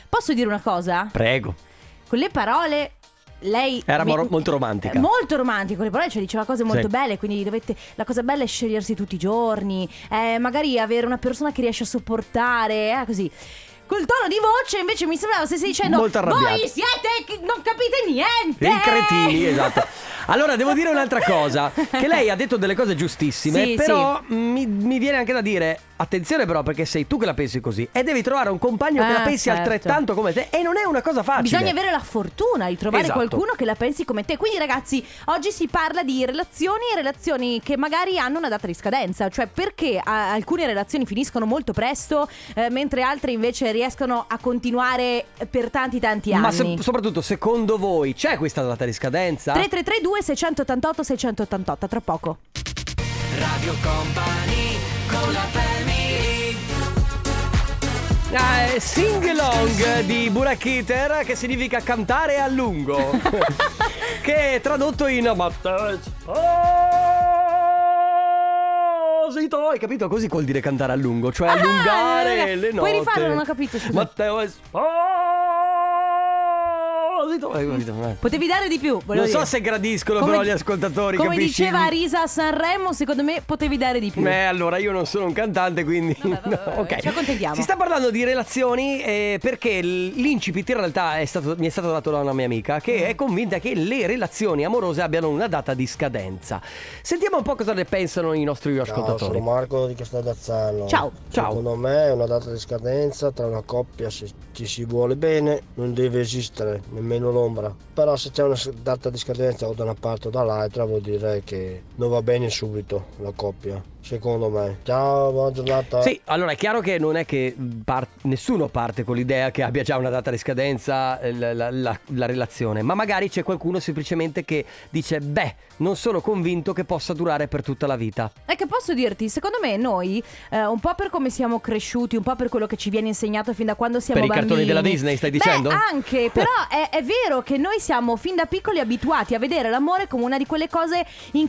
[SPEAKER 2] Posso dire una cosa?
[SPEAKER 1] Prego.
[SPEAKER 2] Con le parole lei...
[SPEAKER 1] Era
[SPEAKER 2] mi-
[SPEAKER 1] moro- molto romantica.
[SPEAKER 2] Eh, Molto romantico, con le parole cioè, diceva cose molto
[SPEAKER 1] Sì.
[SPEAKER 2] belle, quindi dovete, la cosa bella è scegliersi tutti i giorni, eh, magari avere una persona che riesce a sopportare, eh, così. Col tono di voce invece mi sembrava se stessi dicendo
[SPEAKER 1] Molto arrabbiata.
[SPEAKER 2] Voi siete, che non capite niente!
[SPEAKER 1] I cretini,
[SPEAKER 2] Eh.
[SPEAKER 1] esatto. Allora, devo dire un'altra cosa, che lei ha detto delle cose giustissime,
[SPEAKER 2] Sì,
[SPEAKER 1] però mi, mi viene anche da dire, attenzione però perché sei tu che la pensi così e devi trovare un compagno che
[SPEAKER 2] Ah,
[SPEAKER 1] la pensi
[SPEAKER 2] certo.
[SPEAKER 1] altrettanto come te e non è una cosa facile.
[SPEAKER 2] Bisogna avere la fortuna di trovare
[SPEAKER 1] Ah, Esatto.
[SPEAKER 2] qualcuno che la pensi come te. Quindi, ragazzi, oggi si parla di relazioni e relazioni che magari hanno una data di scadenza. Cioè, perché eh, alcune relazioni finiscono molto presto, eh, mentre altre invece riescono a continuare per tanti tanti anni.
[SPEAKER 1] Ma se- Ah. soprattutto, secondo voi c'è questa data di scadenza?
[SPEAKER 2] 3332 688 688 tra poco.
[SPEAKER 1] Ah, è sing along di Burak Iter, che significa cantare a lungo. che è tradotto in Matteo Hai capito? Così vuol dire cantare a lungo, cioè
[SPEAKER 2] Ah,
[SPEAKER 1] allungare
[SPEAKER 2] raga,
[SPEAKER 1] le note.
[SPEAKER 2] puoi rifarlo? Non ho capito, scusa.
[SPEAKER 1] Matteo Esposito. Hai capito? Eh.
[SPEAKER 2] Potevi dare di più. volevo
[SPEAKER 1] Non so
[SPEAKER 2] dire.
[SPEAKER 1] se gradiscono
[SPEAKER 2] Come
[SPEAKER 1] però
[SPEAKER 2] di-
[SPEAKER 1] gli ascoltatori,
[SPEAKER 2] Come
[SPEAKER 1] capisci?
[SPEAKER 2] diceva Risa a Sanremo, secondo me potevi dare di più.
[SPEAKER 1] Beh, allora io non sono un cantante, quindi.
[SPEAKER 2] Vabbè, vabbè, vabbè,
[SPEAKER 1] ok.
[SPEAKER 2] ci accontentiamo.
[SPEAKER 1] Si sta parlando di relazioni eh, perché l- l'incipit in realtà è stato- mi è stato dato da una mia amica che
[SPEAKER 2] Mm.
[SPEAKER 1] è convinta che le relazioni amorose abbiano una data di scadenza. Sentiamo un po' cosa ne pensano i nostri
[SPEAKER 9] Ciao, sono
[SPEAKER 1] ascoltatori.
[SPEAKER 9] Marco di Castelldazzano.
[SPEAKER 2] Ciao.
[SPEAKER 1] Ciao.
[SPEAKER 9] Secondo me è una data di scadenza tra una coppia, se ci si vuole bene, non deve esistere nemmeno l'ombra. Però se c'è una s- data di scadenza o da una parte o dall'altra vuol dire che non va bene subito la coppia, secondo me. Ciao, buona giornata.
[SPEAKER 1] Sì, allora è chiaro che non è che mm, par- nessuno parte con l'idea che abbia già una data di scadenza eh, la, la- la- la relazione, ma magari c'è qualcuno semplicemente che dice, beh, non sono convinto che possa durare per tutta la vita.
[SPEAKER 2] È che posso dirti, secondo me noi, eh, un po' per come siamo cresciuti, un po' per quello che ci viene insegnato fin da quando siamo
[SPEAKER 1] Per i
[SPEAKER 2] bambini.
[SPEAKER 1] cartoni della Disney, stai
[SPEAKER 2] Beh,
[SPEAKER 1] dicendo?
[SPEAKER 2] anche, però è, è vero che noi siamo fin da piccoli abituati a vedere l'amore come una di quelle cose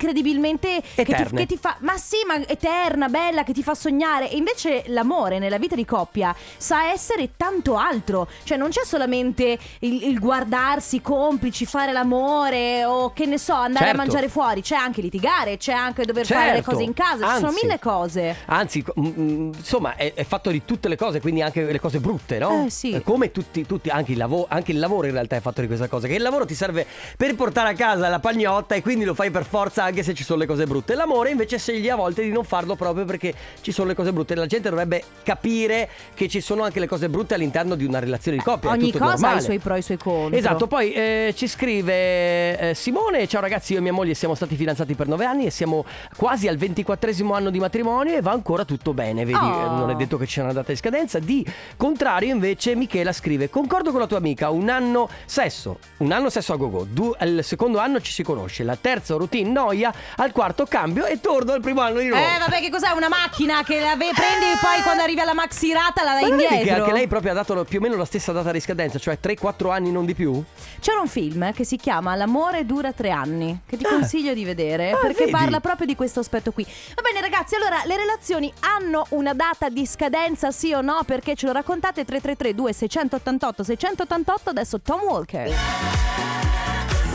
[SPEAKER 2] incredibilmente... Che ti,
[SPEAKER 1] Eterne.
[SPEAKER 2] che ti fa... Ma sì, ma eterna, bella, che ti fa sognare. E invece l'amore nella vita di coppia sa essere tanto altro. Cioè non c'è solamente il, il guardarsi complici, fare l'amore o che ne so, andare
[SPEAKER 1] Certo.
[SPEAKER 2] a mangiare fuori. C'è anche litigare, c'è anche dover fare le
[SPEAKER 1] Certo,
[SPEAKER 2] cose in casa, ci sono
[SPEAKER 1] anzi.
[SPEAKER 2] mille cose.
[SPEAKER 1] Anzi, co- mm, mm, insomma, è, è fatto di tutte le cose, quindi anche le cose brutte, no?
[SPEAKER 2] Eh, sì.
[SPEAKER 1] Eh, Come tutti, tutti anche, il lavo- anche il lavoro in realtà è fatto di questa cosa, che il lavoro ti serve per portare a casa la pagnotta e quindi lo fai per forza anche se ci sono le cose brutte. L'amore invece sceglie a volte di non farlo proprio perché ci sono le cose brutte. La gente dovrebbe capire che ci sono anche le cose brutte all'interno di una relazione di coppia. è
[SPEAKER 2] Eh, Ogni
[SPEAKER 1] tutto
[SPEAKER 2] cosa
[SPEAKER 1] normale.
[SPEAKER 2] ha i suoi pro e i suoi contro.
[SPEAKER 1] Esatto, poi eh, ci scrive eh, Simone, ciao ragazzi, io e mia moglie siamo stati fidanzati per nove anni e siamo quasi al ventiquattresimo anno di matrimonio e va ancora tutto bene, vedi,
[SPEAKER 2] Oh.
[SPEAKER 1] eh, non è detto che c'è una data di scadenza, di contrario invece Michela scrive, concordo con la tua amica, un anno sesso, un anno sesso a gogo, du- al secondo anno ci si conosce, la terza routine noia, al quarto cambio e torno al primo anno di nuovo.
[SPEAKER 2] Eh vabbè che cos'è una macchina che la ve- prendi e poi quando arrivi alla maxirata la dai
[SPEAKER 1] Eh. Ma non vedi
[SPEAKER 2] indietro?
[SPEAKER 1] che anche lei proprio ha dato più o meno la stessa data di scadenza, cioè 3-4 anni non di più?
[SPEAKER 2] C'era un film che si chiama L'amore dura tre anni, che ti consiglio di vedere
[SPEAKER 1] Ah,
[SPEAKER 2] perché
[SPEAKER 1] vedi.
[SPEAKER 2] parla proprio di questo aspetto qui. Va bene ragazzi, allora le relazioni hanno una data di scadenza sì o no? Perché ce lo raccontate 333 2688 688 adesso Tom Walker.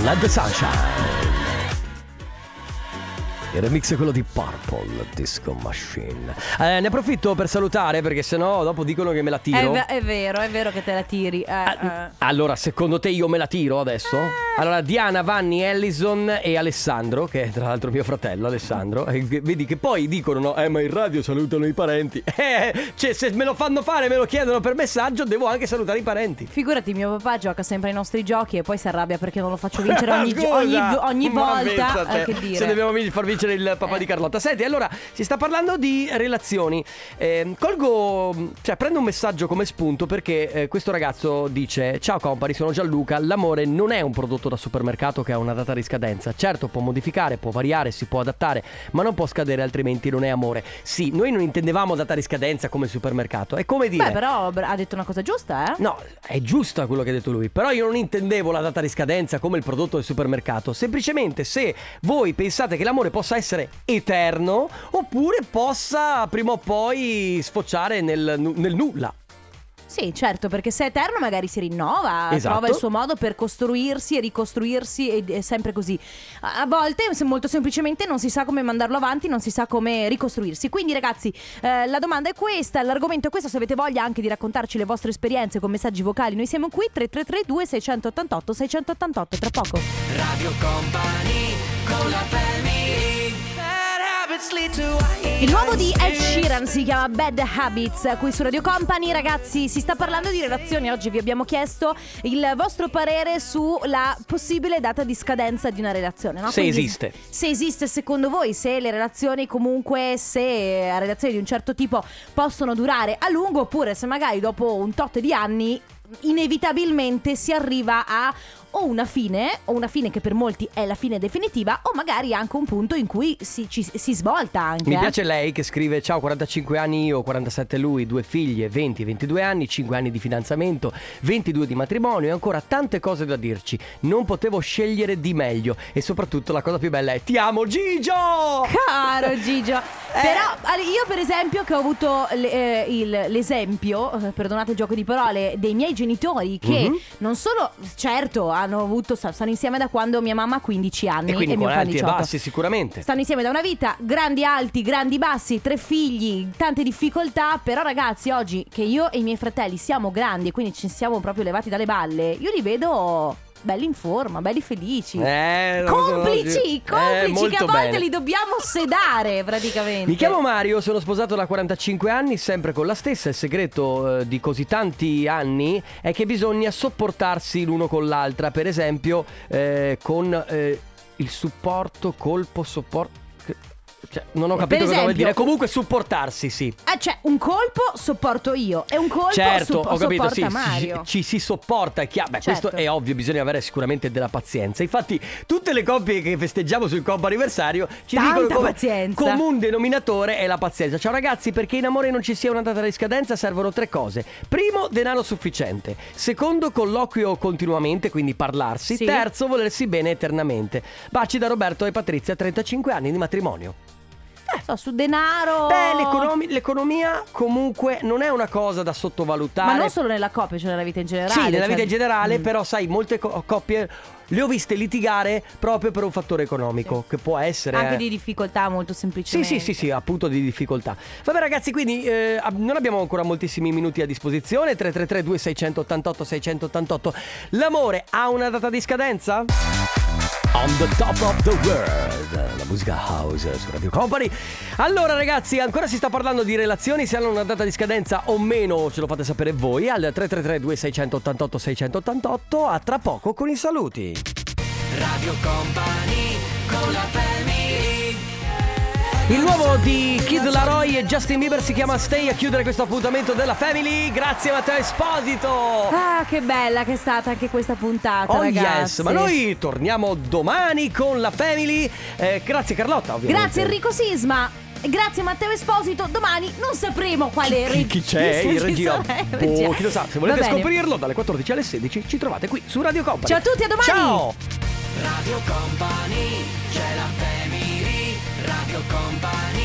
[SPEAKER 1] Let the Sunshine. Il remix è quello di Purple Disco Machine. Eh, ne approfitto per salutare perché sennò dopo dicono che me la
[SPEAKER 2] È,
[SPEAKER 1] tiro.
[SPEAKER 2] ve- è vero, è vero che te la tiri. eh,
[SPEAKER 1] Ah,
[SPEAKER 2] eh.
[SPEAKER 1] Allora, secondo te io me la tiro adesso? Allora, Diana, Vanni, Ellison e Alessandro, che è tra l'altro mio fratello Alessandro, eh, che- vedi che poi dicono, no, eh ma in radio salutano i parenti. Eh, cioè se me lo fanno fare, me lo chiedono per messaggio, devo anche salutare i parenti.
[SPEAKER 2] Figurati, mio papà gioca sempre ai nostri giochi e poi si arrabbia perché non lo faccio vincere ogni, gio-
[SPEAKER 1] Scusa,
[SPEAKER 2] ogni, ogni
[SPEAKER 1] ma
[SPEAKER 2] volta.
[SPEAKER 1] pensa a te.
[SPEAKER 2] Eh, che dire. Eh.
[SPEAKER 1] Se dobbiamo vin- far vincere c'era il papà di Carlotta. Senti, allora si sta parlando di relazioni. Ehm, colgo, cioè prendo un messaggio come spunto perché eh, questo ragazzo dice: Ciao compari, sono Gianluca. L'amore non è un prodotto da supermercato che ha una data di scadenza. Certo, può modificare, può variare, si può adattare, ma non può scadere, altrimenti non è amore. Sì, noi non intendevamo data di scadenza come supermercato. È come dire. Mm.
[SPEAKER 2] Beh, però bra- ha detto una cosa giusta, eh?
[SPEAKER 1] No, è giusta quello che ha detto lui, però io non intendevo la data di scadenza come il prodotto del supermercato, semplicemente se voi pensate che l'amore possa essere eterno oppure possa prima o poi sfociare nel, nu- nel nulla.
[SPEAKER 2] Sì, certo, perché se è eterno magari si rinnova,
[SPEAKER 1] Esatto.
[SPEAKER 2] trova il suo modo per costruirsi e ricostruirsi e è sempre così. A a volte se- molto semplicemente non si sa come mandarlo avanti, non si sa come ricostruirsi. Quindi ragazzi, eh, la domanda è questa, l'argomento è questo, se avete voglia anche di raccontarci le vostre esperienze con messaggi vocali, noi siamo qui 3332 688 688 tra poco. Il nuovo di Ed Sheeran si chiama Bad Habits qui su Radio Company. Ragazzi, si sta parlando di relazioni. Oggi vi abbiamo chiesto il vostro parere sulla possibile data di scadenza di una relazione. No?
[SPEAKER 1] Se
[SPEAKER 2] Quindi,
[SPEAKER 1] esiste.
[SPEAKER 2] Se esiste secondo voi, se le relazioni comunque, se eh, relazioni di un certo tipo possono durare a lungo oppure se magari dopo un tot di anni inevitabilmente si arriva a o una fine, o una fine che per molti è la fine definitiva, o magari anche un punto in cui si, ci- si svolta anche.
[SPEAKER 1] Mi
[SPEAKER 2] eh.
[SPEAKER 1] piace lei che scrive ciao 45 anni io, 47 lui, due figlie, 20 e 22 anni, 5 anni di fidanzamento, 22 di matrimonio e ancora tante cose da dirci. Non potevo scegliere di meglio e soprattutto la cosa più bella è ti amo Gigio!
[SPEAKER 2] Caro Gigio,
[SPEAKER 1] Eh.
[SPEAKER 2] però allora, io per esempio che ho avuto l- eh, il- l'esempio, eh, perdonate il gioco di parole, dei miei genitori che
[SPEAKER 1] Mhm.
[SPEAKER 2] non solo, certo, hanno avuto, sta- stanno insieme da quando mia mamma ha 15 anni
[SPEAKER 1] E quindi con
[SPEAKER 2] mio papà
[SPEAKER 1] alti e
[SPEAKER 2] 18.
[SPEAKER 1] bassi sicuramente.
[SPEAKER 2] Stanno insieme da una vita, grandi alti, grandi bassi, tre figli, tante difficoltà, però ragazzi oggi che io e i miei fratelli siamo grandi e quindi ci siamo proprio levati dalle balle, io li vedo belli in forma, belli felici.
[SPEAKER 1] Eh, non lo so,
[SPEAKER 2] Complici,
[SPEAKER 1] oggi- Eh,
[SPEAKER 2] complici che
[SPEAKER 1] molto
[SPEAKER 2] a volte
[SPEAKER 1] bene.
[SPEAKER 2] li dobbiamo sedare praticamente.
[SPEAKER 1] Mi chiamo Mario, sono sposato da 45 anni, sempre con la stessa. Il segreto eh, di così tanti anni è che bisogna sopportarsi l'uno con l'altra. Per esempio, eh, con eh, il supporto, colpo, sopporto. Cioè, non ho capito cosa
[SPEAKER 2] esempio-
[SPEAKER 1] vuol dire. Comunque, supportarsi, sì.
[SPEAKER 2] Ah, cioè, un colpo sopporto io e un colpo
[SPEAKER 1] Certo,
[SPEAKER 2] suppo-
[SPEAKER 1] ho capito, sì,
[SPEAKER 2] sopporta
[SPEAKER 1] sì, Certo.
[SPEAKER 2] Mario.
[SPEAKER 1] ci si sopporta, è chiaro. Beh,
[SPEAKER 2] Certo.
[SPEAKER 1] questo è ovvio, bisogna avere sicuramente della pazienza. Infatti, tutte le coppie che festeggiamo sul compo anniversario ci
[SPEAKER 2] Tanta
[SPEAKER 1] dicono come
[SPEAKER 2] pazienza.
[SPEAKER 1] comune denominatore è la pazienza. Ciao ragazzi, perché in amore non ci sia una data di scadenza servono tre cose. Primo, denaro sufficiente. Secondo, colloquio continuamente, quindi parlarsi.
[SPEAKER 2] Sì.
[SPEAKER 1] Terzo, volersi bene eternamente. Baci da Roberto e Patrizia, 35 anni di matrimonio.
[SPEAKER 2] Eh, so, su denaro.
[SPEAKER 1] Beh, l'economi- l'economia comunque non è una cosa da sottovalutare.
[SPEAKER 2] Ma non solo nella coppia, cioè nella vita in generale.
[SPEAKER 1] Sì, nella
[SPEAKER 2] cioè-
[SPEAKER 1] vita in generale,
[SPEAKER 2] Mm.
[SPEAKER 1] però sai, molte co- coppie le ho viste litigare proprio per un fattore economico, che può essere...
[SPEAKER 2] Anche
[SPEAKER 1] eh.
[SPEAKER 2] di difficoltà molto
[SPEAKER 1] Sì,
[SPEAKER 2] semplicemente.
[SPEAKER 1] sì, sì, sì, appunto di difficoltà. Vabbè ragazzi, quindi eh, ab- non abbiamo ancora moltissimi minuti a disposizione. 333-2688-688. L'amore ha una data di scadenza? On the top of the world, la musica house su Radio Company. Allora ragazzi, ancora si sta parlando di relazioni, se hanno una data di scadenza o meno ce lo fate sapere voi al 333-2688-688. A tra poco con i saluti. Il nuovo di Kid Laroi e Justin Bieber si chiama Stay a chiudere questo appuntamento della Family. Grazie Matteo Esposito.
[SPEAKER 2] Ah, che bella che è stata anche questa puntata,
[SPEAKER 1] Oh
[SPEAKER 2] ragazzi.
[SPEAKER 1] yes, ma noi torniamo domani con la Family. Eh, grazie Carlotta, ovviamente.
[SPEAKER 2] Grazie Enrico Sisma. Grazie Matteo Esposito. Domani non sapremo quale
[SPEAKER 1] Chi, chi c'è in regia?
[SPEAKER 2] Eh,
[SPEAKER 1] Boh, chi lo sa, se volete
[SPEAKER 2] scoprire
[SPEAKER 1] scoprirlo dalle 14 alle 16 ci trovate qui su Radio Company.
[SPEAKER 2] Ciao a tutti, a domani.
[SPEAKER 1] Ciao.
[SPEAKER 3] Radio Company, c'è la family, Radio Company